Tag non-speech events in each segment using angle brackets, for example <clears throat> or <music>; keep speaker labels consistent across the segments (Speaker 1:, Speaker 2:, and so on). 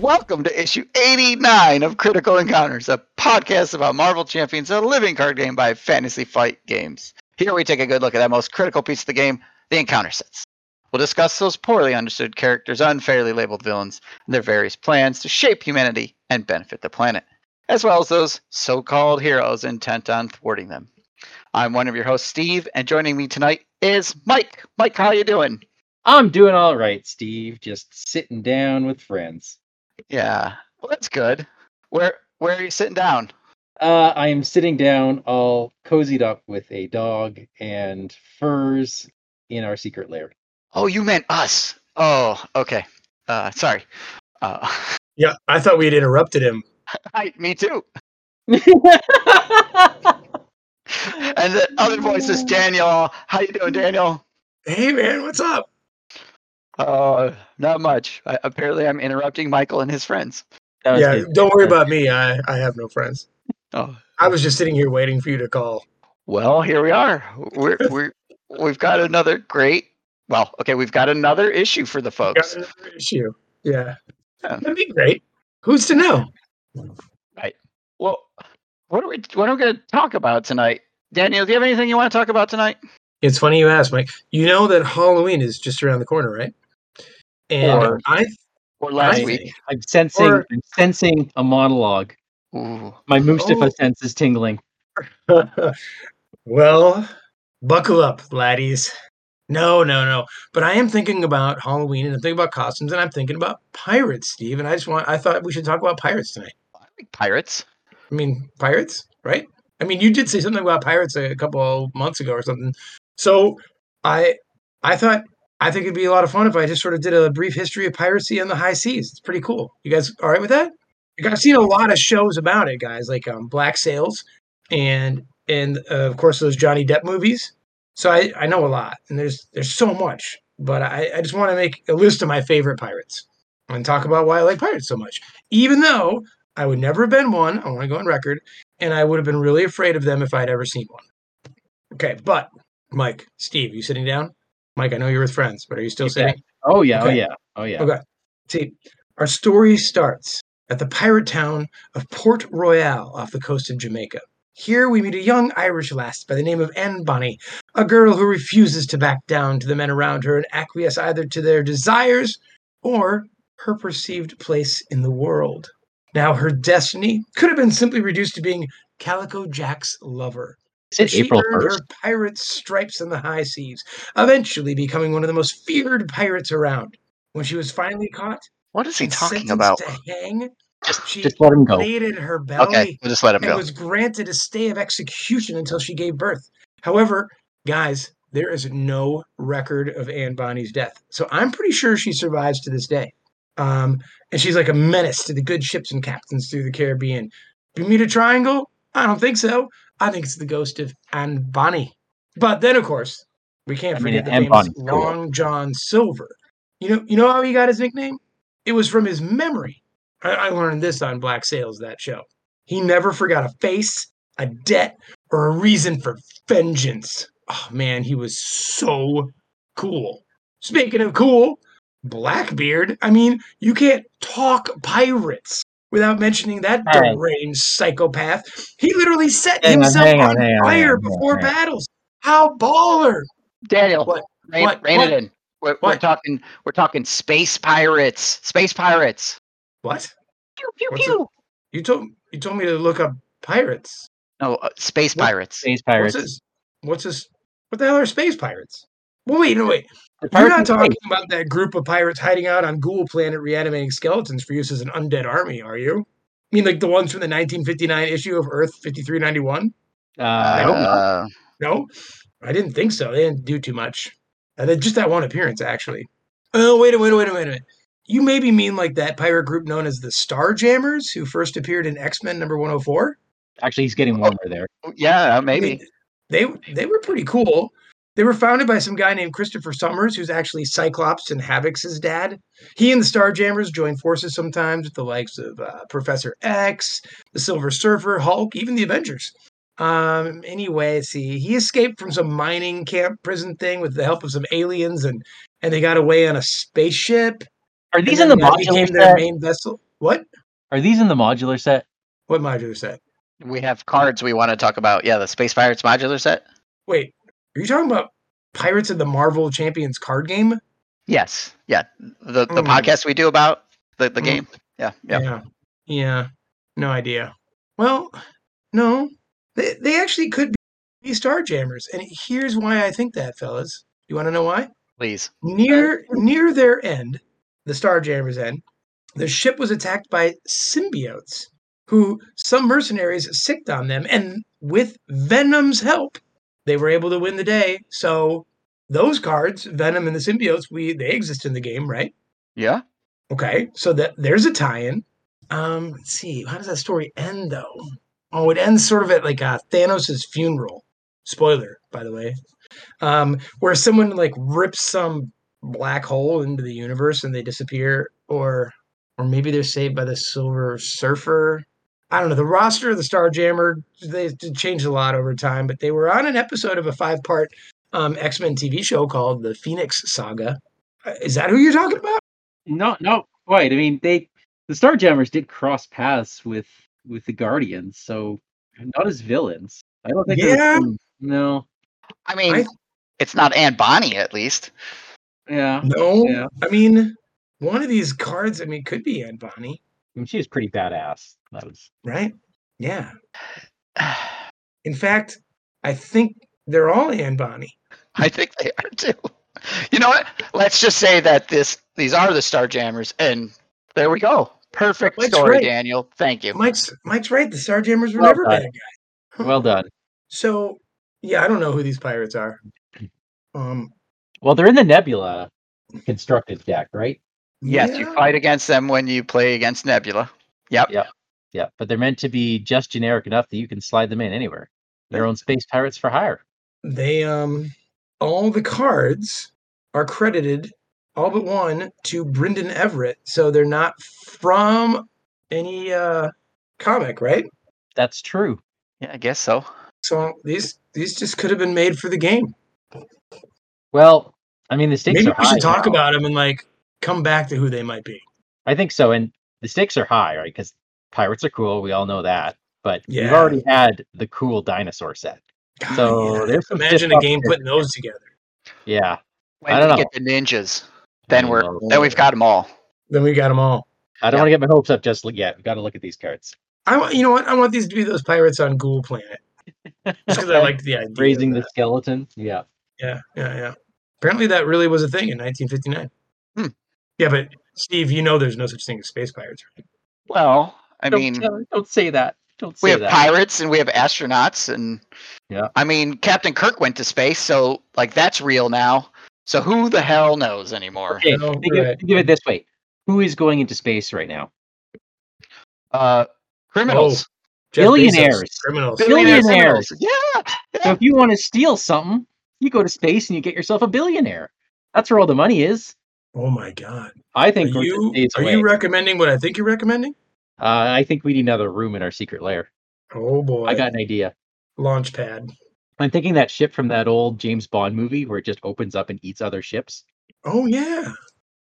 Speaker 1: Welcome to issue 89 of Critical Encounters, a podcast about Marvel Champions, a living card game by Fantasy Flight Games. Here we take a good look at that most critical piece of the game, the encounter sets. We'll discuss those poorly understood characters, unfairly labeled villains, and their various plans to shape humanity and benefit the planet, as well as those so called heroes intent on thwarting them. I'm one of your hosts, Steve, and joining me tonight is Mike. Mike, how you doing?
Speaker 2: I'm doing all right, Steve. Just sitting down with friends.
Speaker 1: Yeah, well, that's good. Where where are you sitting down?
Speaker 2: Uh, I am sitting down, all cozied up with a dog and furs in our secret <laughs> lair.
Speaker 1: Oh, you meant us. Oh, okay. Uh, sorry. Uh, <laughs>
Speaker 3: Yeah, I thought we had interrupted him.
Speaker 1: I, me too. And the other voice is Daniel. How you doing, Daniel?
Speaker 3: Hey man, what's up?
Speaker 1: Uh, not much. I, apparently, I'm interrupting Michael and his friends.
Speaker 2: That was
Speaker 3: yeah,
Speaker 2: good.
Speaker 3: don't worry about me. I I have no friends.
Speaker 1: Oh,
Speaker 3: I was just sitting here waiting for you to call.
Speaker 1: well, here we are. We're, we're we've got another great. Well, okay, we've got another issue for the
Speaker 3: Got
Speaker 1: folks.
Speaker 3: another issue. Yeah,
Speaker 1: Yeah.
Speaker 3: that'd be great. Who's to know?
Speaker 1: Well, what are we what are we going to talk about tonight? Daniel, do you have anything you want to talk about tonight?
Speaker 3: It's funny you ask, Mike. You know that Halloween is just around the corner, right? And
Speaker 1: Or-
Speaker 3: I
Speaker 1: Or last
Speaker 3: I-
Speaker 1: week?
Speaker 2: I'm sensing.
Speaker 3: Or-
Speaker 2: I'm sensing a monologue.
Speaker 1: Ooh.
Speaker 2: My Mustafa
Speaker 3: Oh.
Speaker 2: sense is tingling.
Speaker 3: <laughs> well, buckle up, laddies. No, no, no. But I am thinking about Halloween and I'm thinking about costumes and I'm thinking about pirates, Steve. And I just want I thought we should talk about pirates tonight.
Speaker 1: I like pirates.
Speaker 3: I mean, pirates, right? I mean, you did say something about pirates a couple months ago or something. So I, I thought I think it'd be a lot of fun if I just sort of did a brief history of piracy on the high seas. It's pretty cool. You guys all right with that? Like, I've seen a lot of shows about it, guys, like um, Black Sails, and and uh, of course those Johnny Depp movies. So I, I know a lot, and there's there's so much, but I, I just want to make a list of my favorite pirates and talk about why I like pirates so much, even though I would never have been one. I want to go on record. And I would have been really afraid of them if I'd ever seen one. Okay, but Mike, Steve, you sitting down? Mike, I know you're with friends, but are you still
Speaker 2: You
Speaker 3: sitting?
Speaker 2: Oh yeah. Oh
Speaker 3: Okay.
Speaker 2: yeah. Oh yeah.
Speaker 3: Okay. See, our story starts at the pirate town of Port Royal off the coast of Jamaica. Here we meet a young Irish lass by the name of Anne Bonny, a girl who refuses to back down to the men around her and acquiesce either to their desires or her perceived place in the world. Now, her destiny could have been simply reduced to being Calico Jack's lover.
Speaker 2: Is it
Speaker 3: She
Speaker 2: April
Speaker 3: earned
Speaker 2: first?
Speaker 3: her pirate stripes in the high seas, eventually becoming one of the most feared pirates around. When she was finally caught
Speaker 1: What is he
Speaker 3: and
Speaker 1: talking
Speaker 3: sentenced
Speaker 1: about?
Speaker 3: to hang, she
Speaker 2: Just let him go.
Speaker 3: plated her belly
Speaker 1: Okay, we'll just let him
Speaker 3: and
Speaker 1: go.
Speaker 3: was granted a stay of execution until she gave birth. However, guys, there is no record of Anne Bonny's death, so I'm pretty sure she survives to this day. Um, and she's like a menace to the good ships and captains through the Caribbean. Bermuda Triangle? I don't think so. I think it's the ghost of Anne Bonny. But then, of course, we can't
Speaker 2: I mean,
Speaker 3: forget
Speaker 2: Anne
Speaker 3: the famous
Speaker 2: Bonny's cool.
Speaker 3: Long John Silver. You know, you know how he got his nickname? It was from his memory. I, I learned this on Black Sails that show. He never forgot a face, a debt, or a reason for vengeance. Oh man, he was so cool. Speaking of cool, Blackbeard, I mean, you can't talk pirates without mentioning that
Speaker 2: Hey.
Speaker 3: deranged psychopath. He literally set
Speaker 2: Hang on,
Speaker 3: himself
Speaker 2: hang on,
Speaker 3: on,
Speaker 2: hang on, hang
Speaker 3: fire
Speaker 2: on, hang on,
Speaker 3: before
Speaker 2: hang on.
Speaker 3: battles. How baller!
Speaker 1: Daniel,
Speaker 3: What?
Speaker 1: Rein,
Speaker 3: What?
Speaker 1: rein
Speaker 3: What?
Speaker 1: it in. We're, we're
Speaker 3: What?
Speaker 1: talking. We're talking space pirates. Space pirates.
Speaker 3: What?
Speaker 1: Pew pew
Speaker 3: What's it-
Speaker 1: pew.
Speaker 3: You told you told me to look up pirates.
Speaker 1: No, uh, space
Speaker 3: What?
Speaker 1: pirates.
Speaker 2: Space pirates.
Speaker 3: What's this? What's this? What the hell are space pirates? Well, wait, no, wait.
Speaker 2: The
Speaker 3: You're
Speaker 2: pirates
Speaker 3: not
Speaker 2: in
Speaker 3: talking
Speaker 2: space.
Speaker 3: about that group of pirates hiding out on Ghoul Planet reanimating skeletons for use as an undead army, are you? I mean, like the ones from the 1959 issue of Earth 5391?
Speaker 2: Uh,
Speaker 3: <laughs>
Speaker 2: nope.
Speaker 1: Uh,
Speaker 3: No, I didn't think so. They didn't do too much. Uh, they- just that one appearance, actually. Oh, wait a wait a wait a wait a minute. You maybe mean like that pirate group known as the Starjammers, who first appeared in X Men number 104?
Speaker 2: Actually, he's
Speaker 3: Oh.
Speaker 2: getting warmer there.
Speaker 1: yeah, uh,
Speaker 3: I
Speaker 1: maybe.
Speaker 3: mean, they they were pretty cool. They were founded by some guy named Christopher Summers, who's actually Cyclops and Havoc's dad. He and the Starjammers joined forces sometimes with the likes of uh, Professor X, the Silver Surfer, Hulk, even the Avengers. Um, anyway, see, he escaped from some mining camp prison thing with the help of some aliens, and and they got away on a spaceship.
Speaker 2: Are
Speaker 3: and
Speaker 2: these in the
Speaker 3: then that
Speaker 2: modular
Speaker 3: became their
Speaker 2: set?
Speaker 3: main vessel. What?
Speaker 2: Are these in the modular set?
Speaker 3: What modular set?
Speaker 1: We have cards we want to talk about. Yeah, the Space Pirates modular set.
Speaker 3: Wait, are you talking about Pirates of the Marvel Champions card game?
Speaker 1: Yes. Yeah. The the
Speaker 3: Mm.
Speaker 1: podcast we do about the, the
Speaker 3: Mm.
Speaker 1: game. Yeah. Yeah.
Speaker 3: Yeah. Yeah. No idea. Well, no. They they actually could be Starjammers, and here's why I think that, fellas. You want to know why?
Speaker 1: Please.
Speaker 3: Near near their end, the Starjammers' end, the ship was attacked by symbiotes, who some mercenaries sicked on them, and with Venom's help, they were able to win the day. So those cards, Venom and the symbiotes, we they exist in the game, right?
Speaker 1: Yeah.
Speaker 3: Okay, so that there's a tie-in. Um, let's see, how does that story end though? Oh, it ends sort of at like uh, Thanos' funeral. Spoiler, by the way, um, where someone like rips some black hole into the universe and they disappear, or or maybe they're saved by the Silver Surfer. I don't know. The roster of the Starjammer they d- changed a lot over time, but they were on an episode of a five-part um, X-Men TV show called the Phoenix Saga. Uh, Is that who you're talking about?
Speaker 2: No, not quite. I mean, they the Starjammers did cross paths with with the Guardians, so not as villains. I don't think. they're the
Speaker 3: Yeah.
Speaker 2: same- No.
Speaker 1: I mean,
Speaker 3: I-
Speaker 1: it's not Aunt Bonnie at least.
Speaker 2: Yeah. I
Speaker 3: No,
Speaker 2: Yeah.
Speaker 3: I mean, one of these cards. I mean, could be Aunt Bonnie,
Speaker 2: mean, she was pretty badass. That was.
Speaker 3: right?
Speaker 2: <sighs>
Speaker 3: Yeah. In fact, I think they're all Aunt Bonnie.
Speaker 1: <laughs> I think they are too. You know what? Let's just say that this these are the Star Jammers, and there we go. Perfect
Speaker 3: Mike's
Speaker 1: story,
Speaker 3: right.
Speaker 1: Daniel. Thank you.
Speaker 3: Mike's Mike's right. The Starjammers were
Speaker 2: Well
Speaker 3: never
Speaker 2: done.
Speaker 3: bad guys.
Speaker 2: Well done.
Speaker 3: So yeah, I don't know who these
Speaker 2: <clears throat>
Speaker 3: pirates are. Um.
Speaker 2: Well, they're in the Nebula constructed deck, right?
Speaker 1: Yes,
Speaker 3: yeah,
Speaker 1: you fight against them when you play against Nebula. Yep.
Speaker 2: Yeah, but they're meant to be just generic enough that you can slide them in anywhere. Their own space pirates for hire.
Speaker 3: They um, all the cards are credited, all but one, to Brendan Everett. So they're not from any uh comic, right?
Speaker 2: That's true.
Speaker 1: Yeah, I guess so.
Speaker 3: So these these just could have been made for the game.
Speaker 2: Well, I mean, the stakes
Speaker 3: Maybe
Speaker 2: are
Speaker 3: we should
Speaker 2: high
Speaker 3: talk
Speaker 2: now.
Speaker 3: about them and like come back to who they might be.
Speaker 2: I think so, and the stakes are high, right? Because pirates are cool. We all know that, but we've
Speaker 3: Yeah.
Speaker 2: already had the cool dinosaur set.
Speaker 3: God,
Speaker 2: So there's some
Speaker 3: imagine
Speaker 2: stiff
Speaker 3: a game
Speaker 2: competition.
Speaker 3: putting those together.
Speaker 2: Yeah,
Speaker 1: When
Speaker 2: I don't
Speaker 1: we
Speaker 2: know.
Speaker 1: get the ninjas, then
Speaker 2: I
Speaker 1: we're
Speaker 2: know.
Speaker 1: then we've got them all.
Speaker 3: Then we got them all.
Speaker 2: I don't
Speaker 1: yeah.
Speaker 2: want to get my hopes up just yet. We got to look at these cards.
Speaker 3: I want you know what I want these to be those pirates on
Speaker 2: <laughs>
Speaker 3: Ghoul Planet just because I
Speaker 2: Okay.
Speaker 3: liked the idea. of
Speaker 2: raising the
Speaker 3: that.
Speaker 2: skeleton. Yeah,
Speaker 3: Yeah, yeah, yeah. Apparently that really was a thing in 1959.
Speaker 1: Hmm.
Speaker 3: Yeah, but Steve, you know there's no such thing as space pirates. Right?
Speaker 1: Well, I
Speaker 2: don't,
Speaker 1: mean,
Speaker 2: tell- don't say that. Don't say
Speaker 1: we have
Speaker 2: that.
Speaker 1: pirates and we have astronauts, and
Speaker 2: Yeah.
Speaker 1: I mean, Captain Kirk went to space, so like that's real now. So who the hell knows anymore?
Speaker 2: Okay,
Speaker 3: No,
Speaker 2: think,
Speaker 3: you're
Speaker 2: of,
Speaker 3: Oh, right.
Speaker 2: think of it this way: Who is going into space right now?
Speaker 1: Uh, criminals,
Speaker 3: Jeff Bezos,
Speaker 2: Billionaires.
Speaker 3: criminals.
Speaker 1: Billionaire
Speaker 2: Billionaires.
Speaker 1: criminals. Yeah,
Speaker 2: So if you want to steal something, you go to space and you get yourself a billionaire. That's where all the money is.
Speaker 3: Oh my god.
Speaker 2: I
Speaker 3: Are
Speaker 2: think we're
Speaker 3: you
Speaker 2: just days
Speaker 3: are
Speaker 2: away.
Speaker 3: you recommending what I think you're recommending?
Speaker 2: uh, I think we need another room in our secret lair.
Speaker 3: Oh boy.
Speaker 2: I got an idea.
Speaker 3: Launchpad.
Speaker 2: I'm thinking that ship from that old James Bond movie where it just opens up and eats other ships.
Speaker 3: Oh yeah.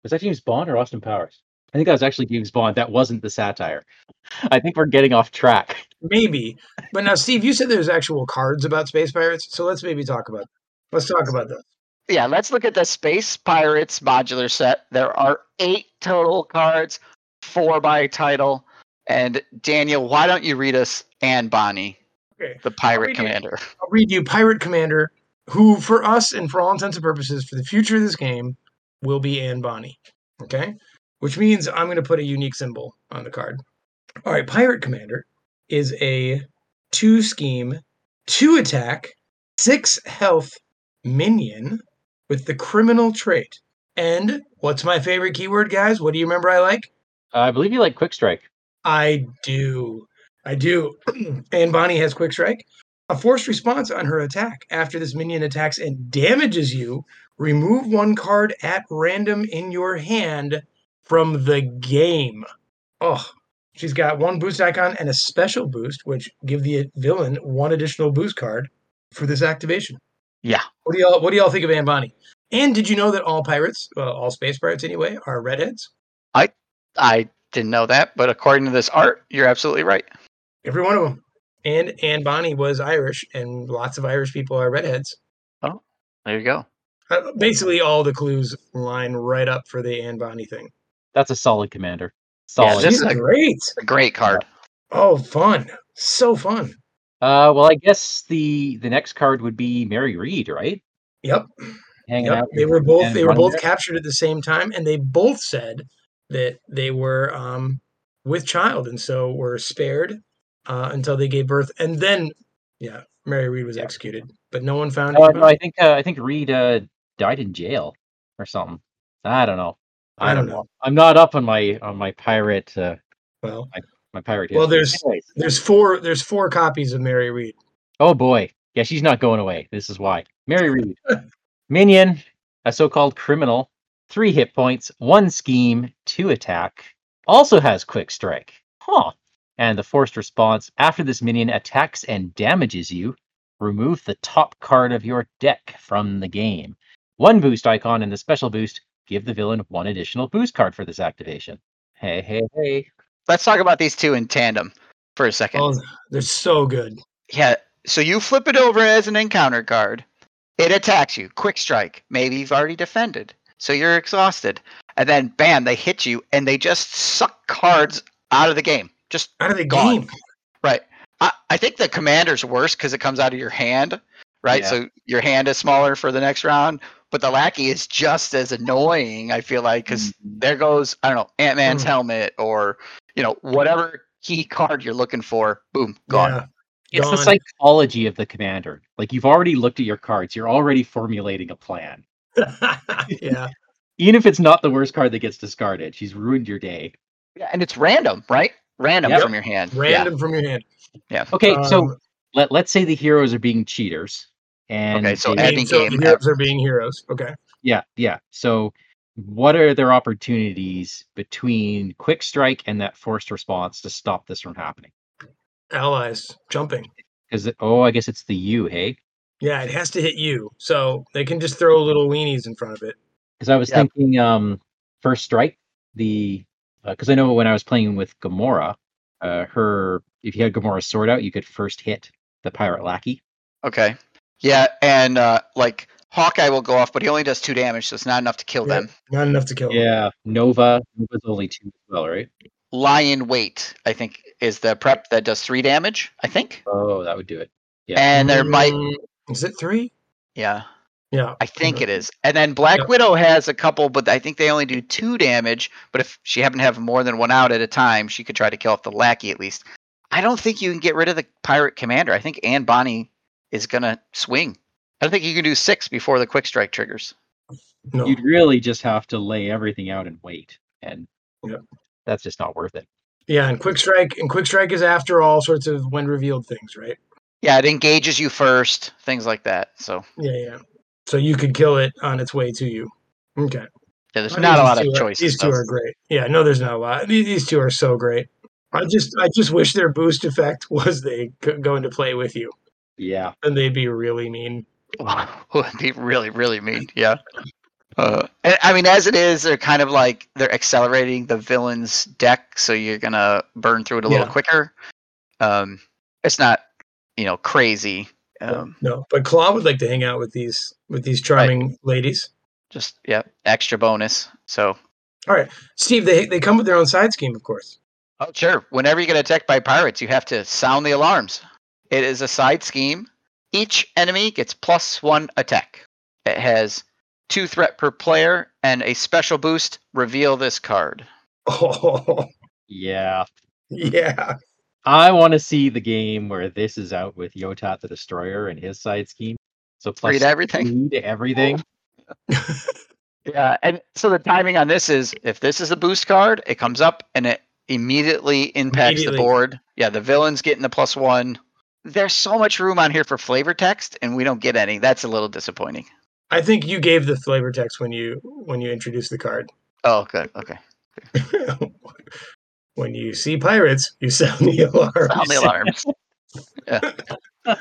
Speaker 2: Was that James Bond or Austin Powers? I think that was actually James Bond. That wasn't the satire. <laughs> I think we're getting off track.
Speaker 3: Maybe. But now, Steve, you said there's actual cards about space pirates, so let's maybe talk about. Let's talk about those.
Speaker 1: yeah. Let's look at the Space Pirates modular set. There are eight total cards, four by title. And Daniel, why don't you read us Anne Bonnie,
Speaker 3: Okay,
Speaker 1: the pirate
Speaker 3: read it.
Speaker 1: commander?
Speaker 3: I'll read you Pirate Commander, who for us and for all intents and purposes for the future of this game will be Anne Bonnie. Okay, which means I'm going to put a unique symbol on the card. All right, Pirate Commander is a two scheme, two attack, six health minion with the criminal trait. And what's my favorite keyword, guys? What do you remember I like?
Speaker 2: I believe you like Quick Strike.
Speaker 3: I do. I do. <clears throat> and Bonnie has Quick Strike. A forced response on her attack. After this minion attacks and damages you, remove one card at random in your hand from the game. Oh, she's got one boost icon and a special boost, which give the villain one additional boost card for this activation.
Speaker 1: Yeah.
Speaker 3: What do y'all What do y'all think of Anne Bonnie? And did you know that all pirates, well, all space pirates anyway, are redheads?
Speaker 1: I Didn't know that, but according to this art, you're absolutely right.
Speaker 3: Every one of them. And Anne Bonny was Irish, and lots of Irish people are redheads.
Speaker 1: There you go.
Speaker 3: Uh, basically, all the clues line right up for the Anne Bonny thing.
Speaker 2: That's a solid commander.
Speaker 1: Yeah,
Speaker 2: Solid.
Speaker 1: this
Speaker 3: She's
Speaker 1: is a-
Speaker 3: great.
Speaker 1: It's a great card.
Speaker 3: Oh, fun. So fun.
Speaker 2: uh, well, I guess the the next card would be Mary Reed, right?
Speaker 3: Yep.
Speaker 2: Hanging
Speaker 3: Yep,
Speaker 2: out.
Speaker 3: they
Speaker 2: with
Speaker 3: were both
Speaker 2: Anne
Speaker 3: they were
Speaker 2: Bonny
Speaker 3: both
Speaker 2: there.
Speaker 3: captured at the same time, and they both said that they were um, with child, and so were spared uh, until they gave birth, and then yeah, Mary Reed was
Speaker 2: Yeah.
Speaker 3: executed, but no one found.
Speaker 2: Uh,
Speaker 3: her
Speaker 2: no, I think uh, I think Reed uh, died in jail or something. I don't know.
Speaker 3: I don't know.
Speaker 2: I'm not up on my on my pirate uh,
Speaker 3: Well,
Speaker 2: my pirate.
Speaker 3: Well,
Speaker 2: history.
Speaker 3: there's-
Speaker 2: Anyways.
Speaker 3: there's four there's four copies of Mary Reed.
Speaker 2: Oh boy. Yeah, she's not going away. This is why. Mary Reed. Minion, a so called criminal, three hit points, one scheme, two attack. Also has quick strike. Huh. And the forced response after this minion attacks and damages you, remove the top card of your deck from the game. One boost icon and the special boost give the villain one additional boost card for this activation. Hey, hey, hey.
Speaker 1: Let's talk about these two in tandem for a second.
Speaker 3: Oh, they're so good.
Speaker 1: Yeah. So you flip it over as an encounter card. It attacks you. Quick strike. Maybe you've already defended. So you're exhausted. And then bam, they hit you and they just suck cards out of the game. Just
Speaker 3: Out of the
Speaker 1: Gone.
Speaker 3: game.
Speaker 1: right. I, I think the commander's worse because it comes out of your hand, right?
Speaker 2: Yeah.
Speaker 1: So your hand is smaller for the next round. But the lackey is just as annoying, I feel like, because
Speaker 2: Mm.
Speaker 1: there goes I don't know Ant Man's
Speaker 3: Mm.
Speaker 1: helmet or you know whatever key <laughs> card you're looking for. Boom, gone.
Speaker 3: Yeah.
Speaker 2: It's the
Speaker 3: Gone.
Speaker 2: psychology of the commander. Like you've already looked at your cards, you're already formulating a plan.
Speaker 3: <laughs> yeah.
Speaker 2: Even if it's not the worst card that gets discarded, she's ruined your day.
Speaker 1: Yeah, and it's random, right? Random
Speaker 2: Yep.
Speaker 1: from your hand.
Speaker 3: Random from your hand.
Speaker 2: Okay, so
Speaker 3: Um,
Speaker 2: let, let's say the heroes are being cheaters. And
Speaker 1: so
Speaker 2: they-
Speaker 3: I mean,
Speaker 1: adding
Speaker 3: so the
Speaker 1: game
Speaker 3: heroes are being heroes. Okay.
Speaker 2: yeah, yeah. So what are their opportunities between quick strike and that forced response to stop this from happening?
Speaker 3: Allies jumping.
Speaker 2: Because oh, I guess it's the you, hey?
Speaker 3: Yeah, it has to hit you. So they can just throw little weenies in front of it.
Speaker 2: because I was
Speaker 1: Yep.
Speaker 2: thinking um first strike the because I know when I was playing with Gamora, uh, her if you had Gamora's sword out, you could first hit the pirate lackey.
Speaker 1: Yeah. Okay. Yeah, and uh, like Hawkeye will go off, but he only does two damage, so it's not enough to kill
Speaker 3: Yeah.
Speaker 1: them.
Speaker 3: Not enough to kill them.
Speaker 2: Yeah, Nova Nova's only two as well, right?
Speaker 1: Lion Weight, I think, is the prep that does three damage. I think.
Speaker 2: Oh, that would do it. Yeah.
Speaker 1: And there might,
Speaker 3: Mm, Is it three?
Speaker 1: yeah,
Speaker 3: Yeah.
Speaker 1: I think it is. And then Black
Speaker 3: Yep.
Speaker 1: Widow has a couple, but I think they only do two damage. But if she happened to have more than one out at a time, she could try to kill off the lackey at least. I don't think you can get rid of the pirate commander. I think Anne Bonny is gonna swing. I don't think you can do six before the quick strike triggers.
Speaker 3: No.
Speaker 1: Oh.
Speaker 2: You'd really just have to lay everything out and wait, and
Speaker 3: Yep.
Speaker 2: that's just not worth it.
Speaker 3: Yeah, and quick strike and quick strike is after all sorts of when revealed things, right?
Speaker 1: Yeah, it engages you first, things like that. So
Speaker 3: Yeah, yeah. So you could kill it on its way to you. Okay.
Speaker 1: yeah, there's
Speaker 3: I
Speaker 1: not a lot
Speaker 3: think Oh, these
Speaker 1: of
Speaker 3: two are-
Speaker 1: choices.
Speaker 3: These two
Speaker 1: though. <laughs>
Speaker 3: are great. Yeah, no, there's not a lot. These, these two are so great. I just, I just wish their boost effect <laughs> was they could go into play with you,
Speaker 2: Yeah.
Speaker 3: and they'd be really mean.
Speaker 1: would be really, really mean. Yeah. Uh, and, I mean, as it is, they're kind of like they're accelerating the villain's deck, so you're gonna burn through it a little
Speaker 3: Yeah.
Speaker 1: quicker. Um, it's not, you know, crazy. Um,
Speaker 3: no, but Claw would like to hang out with these with these charming ladies.
Speaker 1: just yeah, extra bonus. So,
Speaker 3: Steve, they they come with their own side scheme, of course. <laughs>
Speaker 1: oh sure, whenever you get attacked by pirates, you have to sound the alarms. It is a side scheme. Each enemy gets plus one attack. It has two threat per player and a special boost. Reveal this card.
Speaker 3: Oh,
Speaker 2: Yeah.
Speaker 3: yeah.
Speaker 2: I want to see the game where this is out with Yotat the Destroyer and his side scheme. So plus
Speaker 1: Read everything.
Speaker 2: three to everything.
Speaker 1: Yeah, and so the timing on this is if this is a boost card, it comes up and it immediately impacts
Speaker 3: Immediately.
Speaker 1: the board. Yeah, the villain's getting the plus one. There's so much room on here for flavor text, and we don't get any. That's a little disappointing.
Speaker 3: I think you gave the flavor text when you when you introduced the card. <laughs>
Speaker 1: Oh, good. Okay.
Speaker 3: when you see pirates, you sound <laughs> E the alarm.
Speaker 1: Sound <laughs> the alarms.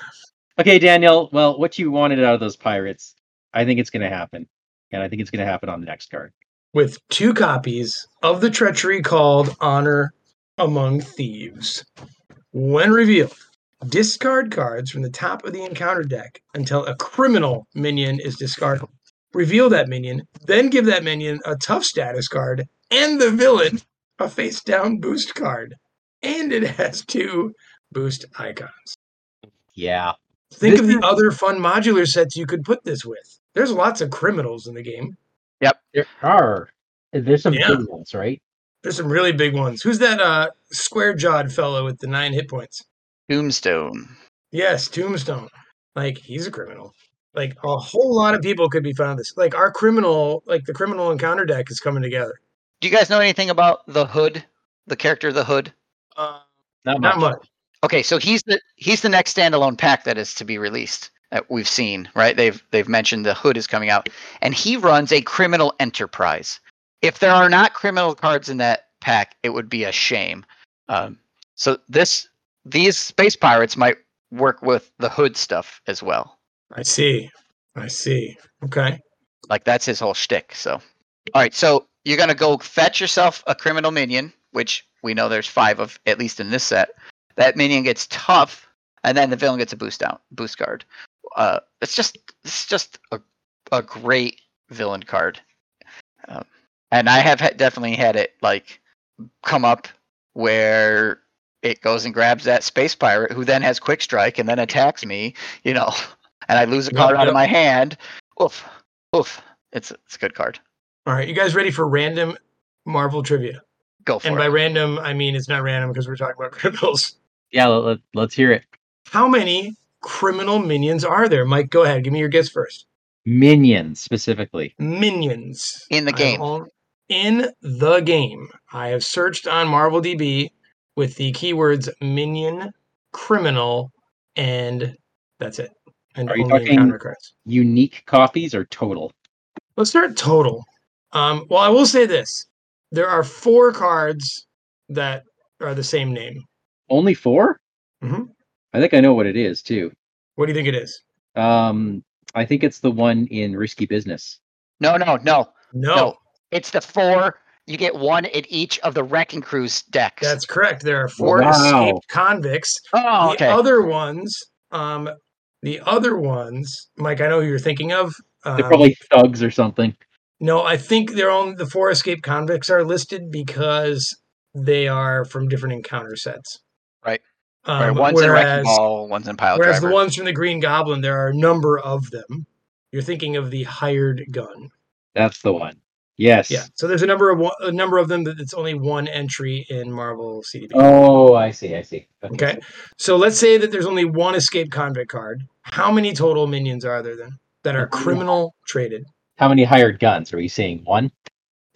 Speaker 2: Okay, Daniel. Well, what you wanted out of those pirates, I think it's going to happen, and I think it's going to happen on the next card.
Speaker 3: with two copies of the treachery called Honor Among Thieves. When revealed, discard cards from the top of the encounter deck until a criminal minion is discarded. Reveal that minion, then give that minion a tough status card and the villain a face down boost card. And it has two boost icons.
Speaker 2: Yeah.
Speaker 3: Think
Speaker 2: This
Speaker 3: of the
Speaker 2: is-
Speaker 3: other fun modular sets you could put this with. There's lots of criminals in the game.
Speaker 2: There are. There's some
Speaker 3: Yeah.
Speaker 2: big ones, right?
Speaker 3: There's some really big ones. Who's that uh, square jawed fellow with the nine hit points?
Speaker 1: Tombstone.
Speaker 3: Yes, Tombstone. Like he's a criminal. Like a whole lot of people could be found this. Like our criminal, like the criminal encounter deck is coming together.
Speaker 1: Do you guys know anything about the Hood? The character the Hood.
Speaker 3: Uh,
Speaker 2: Not much.
Speaker 3: not much.
Speaker 1: Okay, so he's the he's the next standalone pack that is to be released that we've seen, right? They've they've mentioned the hood is coming out, and he runs a criminal enterprise. If there are not criminal cards in that pack, it would be a shame. Um, so this these space pirates might work with the hood stuff as well.
Speaker 3: I see. I see. Okay.
Speaker 1: Like that's his whole shtick. So, all right, so you're gonna go fetch yourself a criminal minion, which we know there's five of at least in this set. That minion gets tough, and then the villain gets a boost out boost card. Uh, it's just it's just a a great villain card, um, and I have ha- definitely had it like come up where it goes and grabs that space pirate who then has quick strike and then attacks me, you know, <laughs> and I lose a
Speaker 3: Yep,
Speaker 1: card out
Speaker 3: yep.
Speaker 1: of my hand. Oof, oof. It's it's a good card.
Speaker 3: All right. You guys ready for random Marvel trivia?
Speaker 1: Go for
Speaker 3: and
Speaker 1: it.
Speaker 3: by random, I mean it's not random because we're talking about <laughs> criminals.
Speaker 2: Yeah, let, let, let's hear it.
Speaker 3: How many criminal minions are there? Mike, go ahead. Give me your guess first.
Speaker 2: Minions specifically.
Speaker 3: minions
Speaker 1: In the
Speaker 3: I've
Speaker 1: game.
Speaker 3: al- in the game, I have searched on Marvel DB with the keywords minion, criminal, and that's it. And
Speaker 2: Are you
Speaker 3: only
Speaker 2: talking-
Speaker 3: encounter cards.
Speaker 2: Unique copies or total?
Speaker 3: Let's start total. Um, well, I will say this: there are four cards that are the same name.
Speaker 2: Only 4
Speaker 3: Mhm.
Speaker 2: I think I know what it is too.
Speaker 3: What do you think it is?
Speaker 2: Um, I think it's the one in Risky Business.
Speaker 1: No, no, no.
Speaker 3: No,
Speaker 1: No. It's the four. You get one in each of the wrecking crews decks.
Speaker 3: that's correct. There are four
Speaker 2: Wow.
Speaker 3: escaped convicts
Speaker 1: oh,
Speaker 3: the
Speaker 1: okay.
Speaker 3: other ones, um, the other ones, Mike. I know who you're thinking of. Um,
Speaker 2: They're probably thugs or something.
Speaker 3: no. I think they're on the four escape convicts are listed because they are from different encounter sets.
Speaker 1: Right.
Speaker 3: Um,
Speaker 1: Right, one's in wrecking
Speaker 3: whereas,
Speaker 1: ball, one's in pile
Speaker 3: whereas
Speaker 1: driver.
Speaker 3: the ones from the Green Goblin, there are a number of them. You're thinking of the hired gun.
Speaker 2: That's the one. Yes.
Speaker 3: Yeah. So there's a number of one, a number of them that it's only one entry in Marvel CDB.
Speaker 2: Oh, I see. I see.
Speaker 3: Okay. So let's say that there's only one escape convict card. How many total minions are there then that are
Speaker 2: Mhm.
Speaker 3: criminal traded?
Speaker 2: How many hired guns? Are you saying one?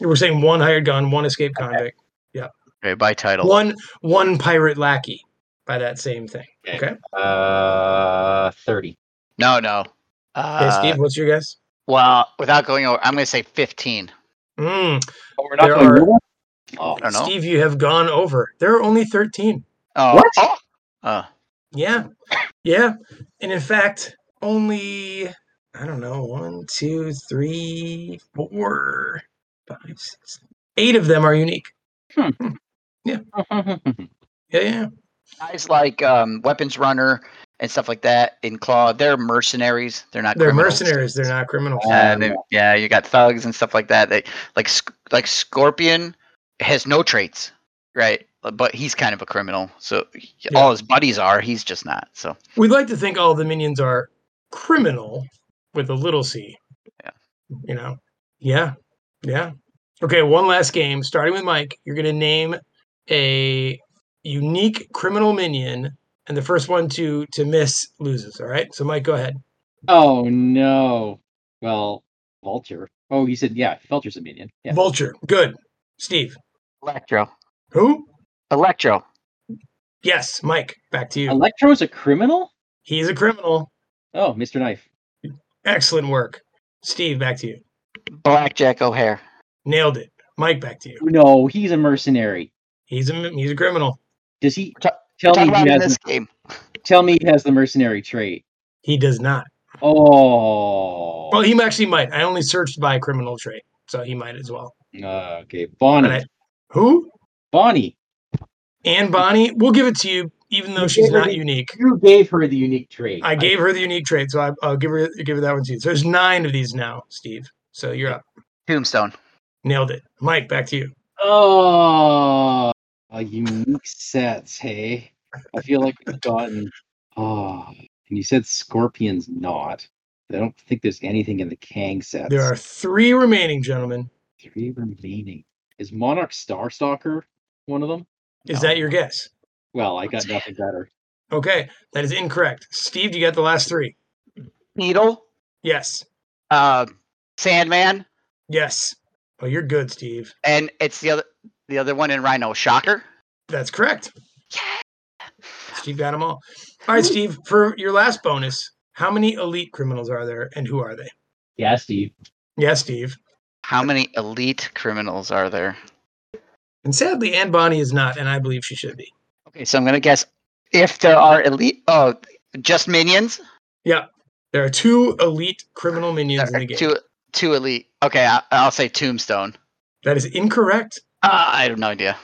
Speaker 3: We're saying one hired gun, one escape convict,
Speaker 1: okay, by title.
Speaker 3: one one pirate lackey by that same thing.
Speaker 2: Okay.
Speaker 3: Okay.
Speaker 2: Uh, 30.
Speaker 1: No, no.
Speaker 3: Okay,
Speaker 1: Uh,
Speaker 3: Steve, what's your guess?
Speaker 1: well, without going over, I'm going to say 15.
Speaker 3: Mm,
Speaker 2: Oh, we're not
Speaker 3: There
Speaker 2: going
Speaker 3: are-
Speaker 2: over? Oh,
Speaker 1: I don't know.
Speaker 3: Steve, you have gone over. There are only 13.
Speaker 1: Oh,
Speaker 2: What?
Speaker 1: Oh, uh,
Speaker 3: Yeah. Yeah. And in fact, only, I don't know, one, two, three, four, five, six, eight of them are unique.
Speaker 2: Oh.
Speaker 3: Yeah. Yeah.
Speaker 1: guys like um, Weapons Runner and stuff like that in Claw, they're mercenaries. They're not
Speaker 3: They're
Speaker 1: criminals. Uh,
Speaker 3: mercenaries. They're not criminals.
Speaker 1: Yeah,
Speaker 2: Um,
Speaker 1: they, yeah, you got thugs and stuff like that. They like Sc- like Scorpion has no traits, right? But he's kind of a criminal. So he- all his buddies are. He's just not. So
Speaker 3: We'd like to think all the minions are criminal with a little c.
Speaker 1: Yeah.
Speaker 3: You know? Yeah. Yeah. Okay, one last game. Starting with Mike, you're going to name a unique criminal minion, and the first one to to miss loses. All right. So Mike, go ahead.
Speaker 2: oh, no. Well, Vulture. Oh, you said, yeah, Vulture's a minion. Yeah.
Speaker 3: Vulture. Good. Steve.
Speaker 1: Electro,
Speaker 3: Who?
Speaker 1: Electro.
Speaker 3: Yes, Mike. Back to you.
Speaker 2: Electro's a criminal?
Speaker 3: He's a criminal.
Speaker 2: Oh, Mr. Knife.
Speaker 3: Excellent work. Steve, back to you.
Speaker 1: Blackjack O'Hare.
Speaker 3: Nailed it. Mike, back to you.
Speaker 2: No, he's a mercenary.
Speaker 3: He's a mi- he's a criminal.
Speaker 2: Does he
Speaker 1: Ta-
Speaker 2: tell
Speaker 1: Talk
Speaker 2: me
Speaker 1: about
Speaker 2: he
Speaker 1: in
Speaker 2: has
Speaker 1: this
Speaker 2: the,
Speaker 1: game.
Speaker 2: tell me he has the mercenary trait?
Speaker 3: He does not.
Speaker 2: Oh.
Speaker 3: Well, he actually might. I only searched by criminal trait, so he might as well.
Speaker 2: Uh, okay, Bonnie.
Speaker 3: Right. Who?
Speaker 2: Bonnie,
Speaker 3: Anne Bonnie. We'll give it to you, even though she's not unique.
Speaker 2: you gave her the unique trait.
Speaker 3: I gave her the unique trait, so I, I'll give her give her that one to you. So there's nine of these now, Steve. So you're up.
Speaker 1: Tombstone.
Speaker 3: Nailed it, Mike. Back to you.
Speaker 2: Oh, a unique sets. Hey, I feel like we've gotten. Oh, and you said Scorpion's not. I don't think there's anything in the Kang sets.
Speaker 3: There are three remaining, gentlemen.
Speaker 2: three remaining. Is Monarch Starstalker one of them?
Speaker 3: Is
Speaker 2: No.
Speaker 3: that your guess?
Speaker 2: Well, I got nothing better.
Speaker 3: Okay, that is incorrect. Steve, you got the last three.
Speaker 1: Needle.
Speaker 3: Yes,
Speaker 1: Uh, Sandman.
Speaker 3: yes. Oh, you're good, Steve.
Speaker 1: And it's the other the other one in Rhino. Shocker.
Speaker 3: That's correct. Steve got them all. All right, Steve. For your last bonus, how many elite criminals are there, and who are they?
Speaker 2: Yeah, Steve.
Speaker 3: Yes, Steve.
Speaker 1: How many elite criminals are there?
Speaker 3: And sadly, Anne Bonnie is not, and I believe she should be.
Speaker 1: Okay, so I'm gonna guess if there are elite. Oh, just minions.
Speaker 3: There are two elite criminal
Speaker 1: There
Speaker 3: minions in
Speaker 1: are
Speaker 3: the game.
Speaker 1: two two elite. Okay, I, I'll say Tombstone.
Speaker 3: That is incorrect.
Speaker 1: Uh, I have no idea.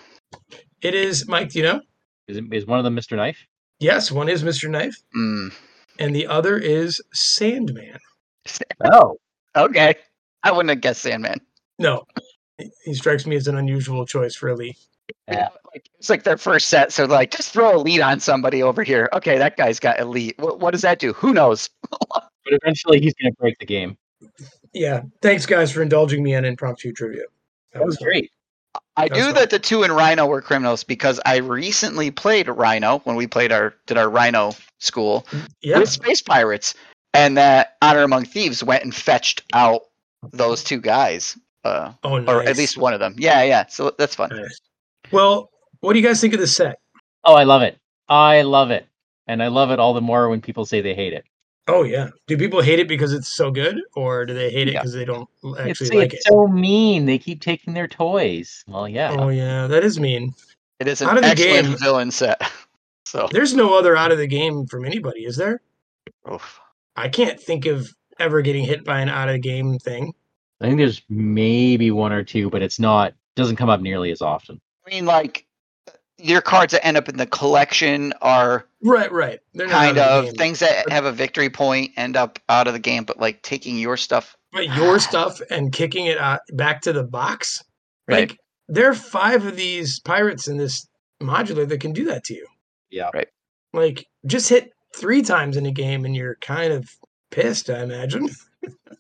Speaker 3: It is Mike. Do you know?
Speaker 2: Is, it, is one of them Mr. Knife?
Speaker 3: Yes, one is Mr. Knife,
Speaker 1: Mm.
Speaker 3: and the other is Sandman.
Speaker 2: Oh.
Speaker 1: Okay, I wouldn't have guessed Sandman.
Speaker 3: No, he- he strikes me as an unusual choice for elite.
Speaker 2: Yeah.
Speaker 1: Like, it's like their first set, so like just throw elite on somebody over here. Okay, that guy's got elite. What, what does that do? Who knows?
Speaker 2: But eventually he's going to break the game.
Speaker 3: Yeah. Thanks, guys, for indulging me on impromptu trivia.
Speaker 2: That was
Speaker 3: fun.
Speaker 2: great.
Speaker 1: I
Speaker 3: That's
Speaker 1: knew
Speaker 3: right.
Speaker 1: that the two in Rhino were criminals because I recently played Rhino when we played our did our Rhino school
Speaker 3: Yeah.
Speaker 1: with Space Pirates, and that Honor Among Thieves went and fetched out those two guys, uh,
Speaker 3: Oh, nice.
Speaker 1: or at least one of them. Yeah, yeah. So that's fun.
Speaker 3: Nice. Well, what do you guys think of the set?
Speaker 2: Oh, I love it. I love it. And I love it all the more when people say they hate it.
Speaker 3: Oh yeah. Do people hate it because it's so good, or do they hate it
Speaker 1: Yeah.
Speaker 3: because they don't l-
Speaker 2: It's,
Speaker 3: actually like it?
Speaker 2: it's so mean. They keep taking their toys. Well, yeah.
Speaker 3: Oh yeah, that is mean.
Speaker 1: It is an
Speaker 3: Out of the
Speaker 1: excellent
Speaker 3: game.
Speaker 1: villain set. <laughs> So
Speaker 3: There's no other out of the game from anybody, is there?
Speaker 1: oof.
Speaker 3: I can't think of ever getting hit by an out of the game thing.
Speaker 2: I think there's maybe one or two, but it's not doesn't come up nearly as often.
Speaker 1: I mean, like your cards that end up in the collection are
Speaker 3: Right, right. They're not
Speaker 1: kind
Speaker 3: out
Speaker 1: of
Speaker 3: the game.
Speaker 1: things that have a victory point end up out of the game, but like taking your stuff.
Speaker 3: But your stuff and kicking it out back to the box.
Speaker 1: Right.
Speaker 3: Like there are five of these pirates in this modular that can do that to you.
Speaker 2: Yeah.
Speaker 1: Right.
Speaker 3: Like just hit three times in a game and you're kind of pissed, I imagine.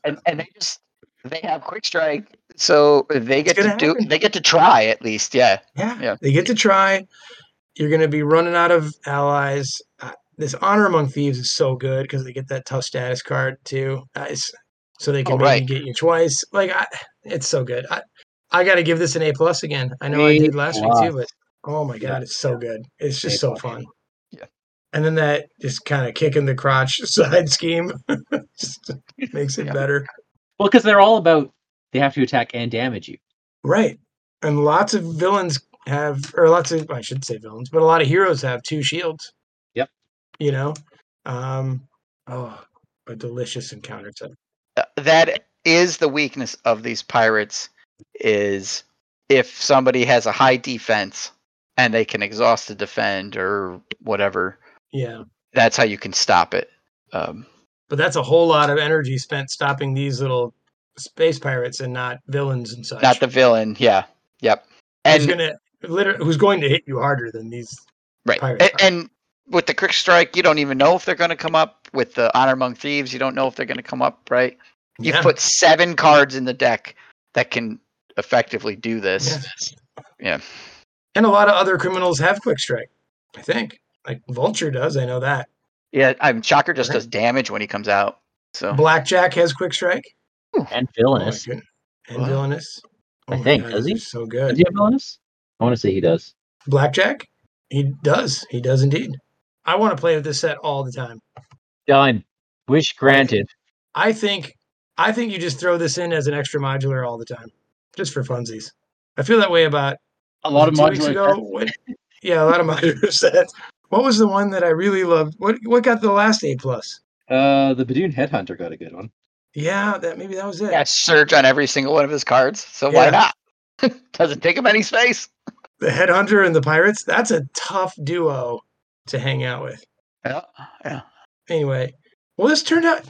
Speaker 1: and, and they just they have quick strike, so they get to
Speaker 3: gonna
Speaker 1: do
Speaker 3: happen.
Speaker 1: they get to try at least. Yeah,
Speaker 3: Yeah.
Speaker 1: Yeah.
Speaker 3: They get to try. You're going to be running out of allies. Uh, this Honor Among Thieves is so good because they get that tough status card too. Uh, it's- so they can
Speaker 1: Oh,
Speaker 3: maybe
Speaker 1: right.
Speaker 3: get you twice. Like, I, it's so good. I, I got to give this an A plus again. I know I
Speaker 2: A
Speaker 3: did last week
Speaker 2: plus.
Speaker 3: too, but oh my
Speaker 2: Yeah.
Speaker 3: God, it's so good. It's just
Speaker 2: A
Speaker 3: so
Speaker 2: plus.
Speaker 3: fun.
Speaker 1: Yeah.
Speaker 3: And then that just kind of kicking the crotch <laughs> side scheme just makes it
Speaker 1: Yeah.
Speaker 3: better.
Speaker 2: Well, because they're all about they have to attack and damage you.
Speaker 3: Right. And lots of villains have, or lots of, I should say villains, but a lot of heroes have two shields.
Speaker 2: Yep.
Speaker 3: You know? Um, oh, a delicious encounter set.
Speaker 1: Uh, that is the weakness of these pirates is if somebody has a high defense and they can exhaust the defend or whatever.
Speaker 3: Yeah.
Speaker 1: That's how you can stop it. Um,
Speaker 3: But that's a whole lot of energy spent stopping these little space pirates and not villains and such.
Speaker 1: not the villain. Yeah. Yep. And
Speaker 3: who's gonna literally who's going to hit you harder than these
Speaker 1: Right.
Speaker 3: Pirates
Speaker 1: A-
Speaker 3: are.
Speaker 1: And, with the Quick Strike, you don't even know if they're going to come up. With the Honor Among Thieves, you don't know if they're going to come up, right? You
Speaker 3: Yeah.
Speaker 1: have put seven cards in the deck that can effectively do this.
Speaker 3: and a lot of other criminals have quick strike, I think. Like Vulture does, I know that.
Speaker 1: Yeah, I'm Shocker just
Speaker 3: Right.
Speaker 1: does damage when he comes out. So
Speaker 3: Blackjack has quick strike.
Speaker 2: And
Speaker 3: Oh my
Speaker 2: villainous.
Speaker 3: goodness. and
Speaker 1: Wow.
Speaker 3: villainous.
Speaker 2: I
Speaker 3: my
Speaker 2: think, does
Speaker 3: these
Speaker 2: he?
Speaker 3: are Oh, So
Speaker 2: Does
Speaker 3: good.
Speaker 2: Oh, he have villainous? I want to say he does.
Speaker 3: Blackjack? He does. He does indeed. I want to play with this set all the time.
Speaker 2: Done. Wish granted.
Speaker 3: I think I think you just throw this in as an extra modular all the time. Just for funsies. I feel that way about
Speaker 2: A
Speaker 3: was it two weeks ago. What, yeah, a lot of <laughs> modular sets. What was the one that I really loved? What what got the last A plus?
Speaker 2: Uh, the Badoon Headhunter got a good one.
Speaker 3: Yeah, that maybe that was it.
Speaker 1: yeah, surge on every single one of his cards. So
Speaker 3: Yeah.
Speaker 1: why not? <laughs> Doesn't take up any space.
Speaker 3: The headhunter and the pirates, that's a tough duo to hang out with.
Speaker 1: Yeah, yeah.
Speaker 3: Anyway, well, this turned out.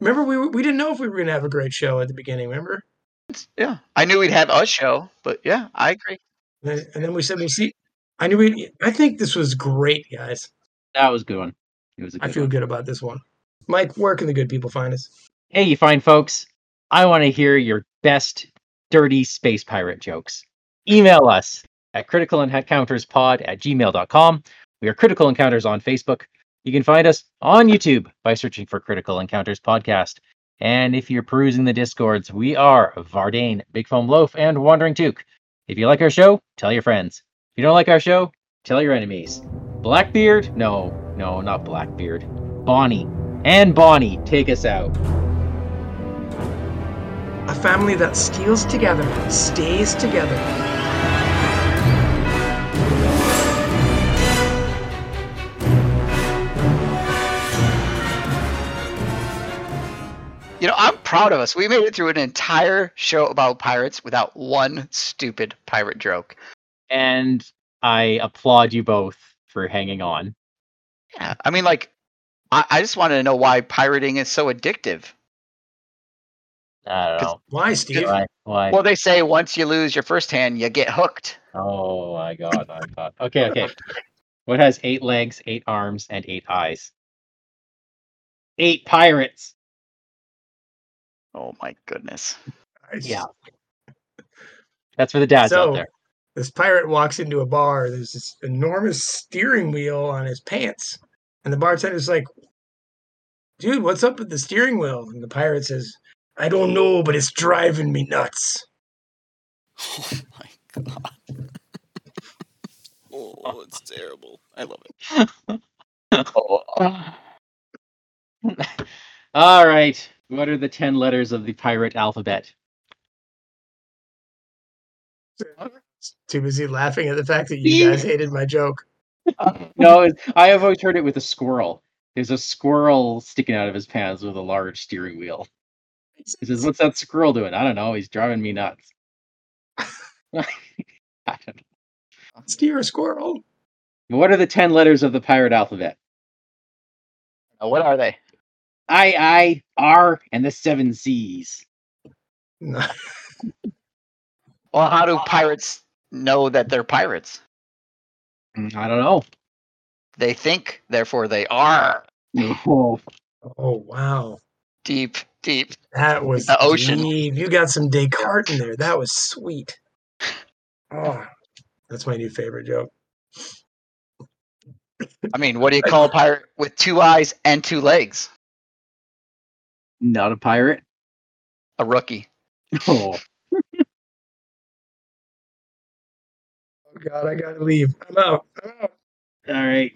Speaker 3: Remember, we were- we didn't know if we were going to have a great show at the beginning. Remember,
Speaker 1: It's- yeah. I knew we'd have a show, but yeah, I agree.
Speaker 3: and then- and then we said we see. I knew we. I think this was great, guys.
Speaker 2: That was a good one. It was a good
Speaker 3: I feel
Speaker 2: one.
Speaker 3: good about this one. Mike, where can the good people find us?
Speaker 2: Hey, you fine folks. I want to hear your best dirty space pirate jokes. Email us at criticalencounterspod at gmail.com. We are Critical Encounters on Facebook. You can find us on YouTube by searching for Critical Encounters Podcast. And if you're perusing the discords, we are Vardane, Big Foam Loaf, and Wandering Duke. If you like our show, tell your friends. If you don't like our show, tell your enemies. Blackbeard? No, no, not Blackbeard. Bonnie. And Bonnie, take us out.
Speaker 3: A family that steals together, stays together.
Speaker 1: You know, I'm proud of us. We made it through an entire show about pirates without one stupid pirate joke.
Speaker 2: and I applaud you both for hanging on.
Speaker 1: Yeah. I mean, like, I, I just wanted to know why pirating is so addictive.
Speaker 2: I don't know
Speaker 3: Why, Steve?
Speaker 2: why. Why?
Speaker 1: Well, they say once you lose your first hand, you get hooked.
Speaker 2: Oh my god! My god. Okay, okay. What has eight legs, eight arms, and eight eyes? Eight pirates.
Speaker 1: Oh my goodness.
Speaker 2: Yeah, that's for the dads
Speaker 3: So-
Speaker 2: out there.
Speaker 3: This pirate walks into a bar. There's this enormous steering wheel on his pants. And the bartender's like, Dude, what's up with the steering wheel? And the pirate says, I don't know, but it's driving me nuts.
Speaker 4: <laughs> Oh my god. oh, it's terrible. I love it. <laughs>
Speaker 1: Oh, uh,
Speaker 2: All right. What are the ten letters of the pirate alphabet?
Speaker 3: Too busy laughing at the fact that you guys hated my joke.
Speaker 2: No, it- I have always heard it with a squirrel. There's a squirrel sticking out of his pants with a large steering wheel. He says, "What's that squirrel doing?" I don't know. He's driving me nuts. <laughs> I don't
Speaker 3: Steer a squirrel. <laughs>
Speaker 2: know. What are the ten letters of the pirate alphabet?
Speaker 1: Now, what are they?
Speaker 2: I, I, R, and the seven C's.
Speaker 3: No,
Speaker 1: Well, how do pirates know that they're pirates?
Speaker 2: Mm, I don't know.
Speaker 1: They think, therefore they are.
Speaker 2: Oh,
Speaker 3: Oh, wow.
Speaker 1: Deep, deep.
Speaker 3: That was
Speaker 1: The ocean.
Speaker 3: deep. You got some Descartes in there. That was sweet. Oh, that's my new favorite joke.
Speaker 1: I mean, what do you call a pirate with two eyes and two legs?
Speaker 2: not a pirate. <laughs>
Speaker 1: A rookie.
Speaker 2: Oh,
Speaker 3: Oh, God, I got to leave. I'm out. I'm out.
Speaker 2: all right.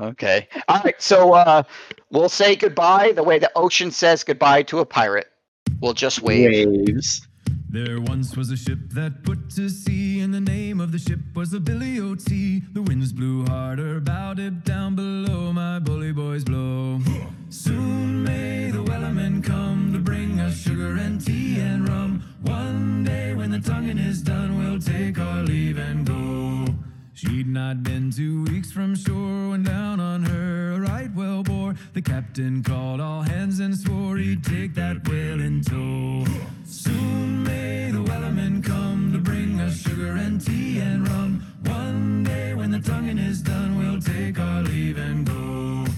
Speaker 1: Okay. All right. So uh, we'll say goodbye the way the ocean says goodbye to a pirate. We'll just wave.
Speaker 2: Waves.
Speaker 5: There once was a ship that put to sea, and the name of the ship was the Billy O.T. The winds blew harder, bowed it down below, my bully boys blow. Soon may the wellerman come to bring us sugar and tea and rum. One day when the tonguing is done, we'll take our leave and go. She'd not been two weeks from shore when down on her a right well bore. The captain called all hands and swore he'd take that whale in tow. Soon may the wellerman come to bring us sugar and tea and rum. One day when the tonguing is done, we'll take our leave and go.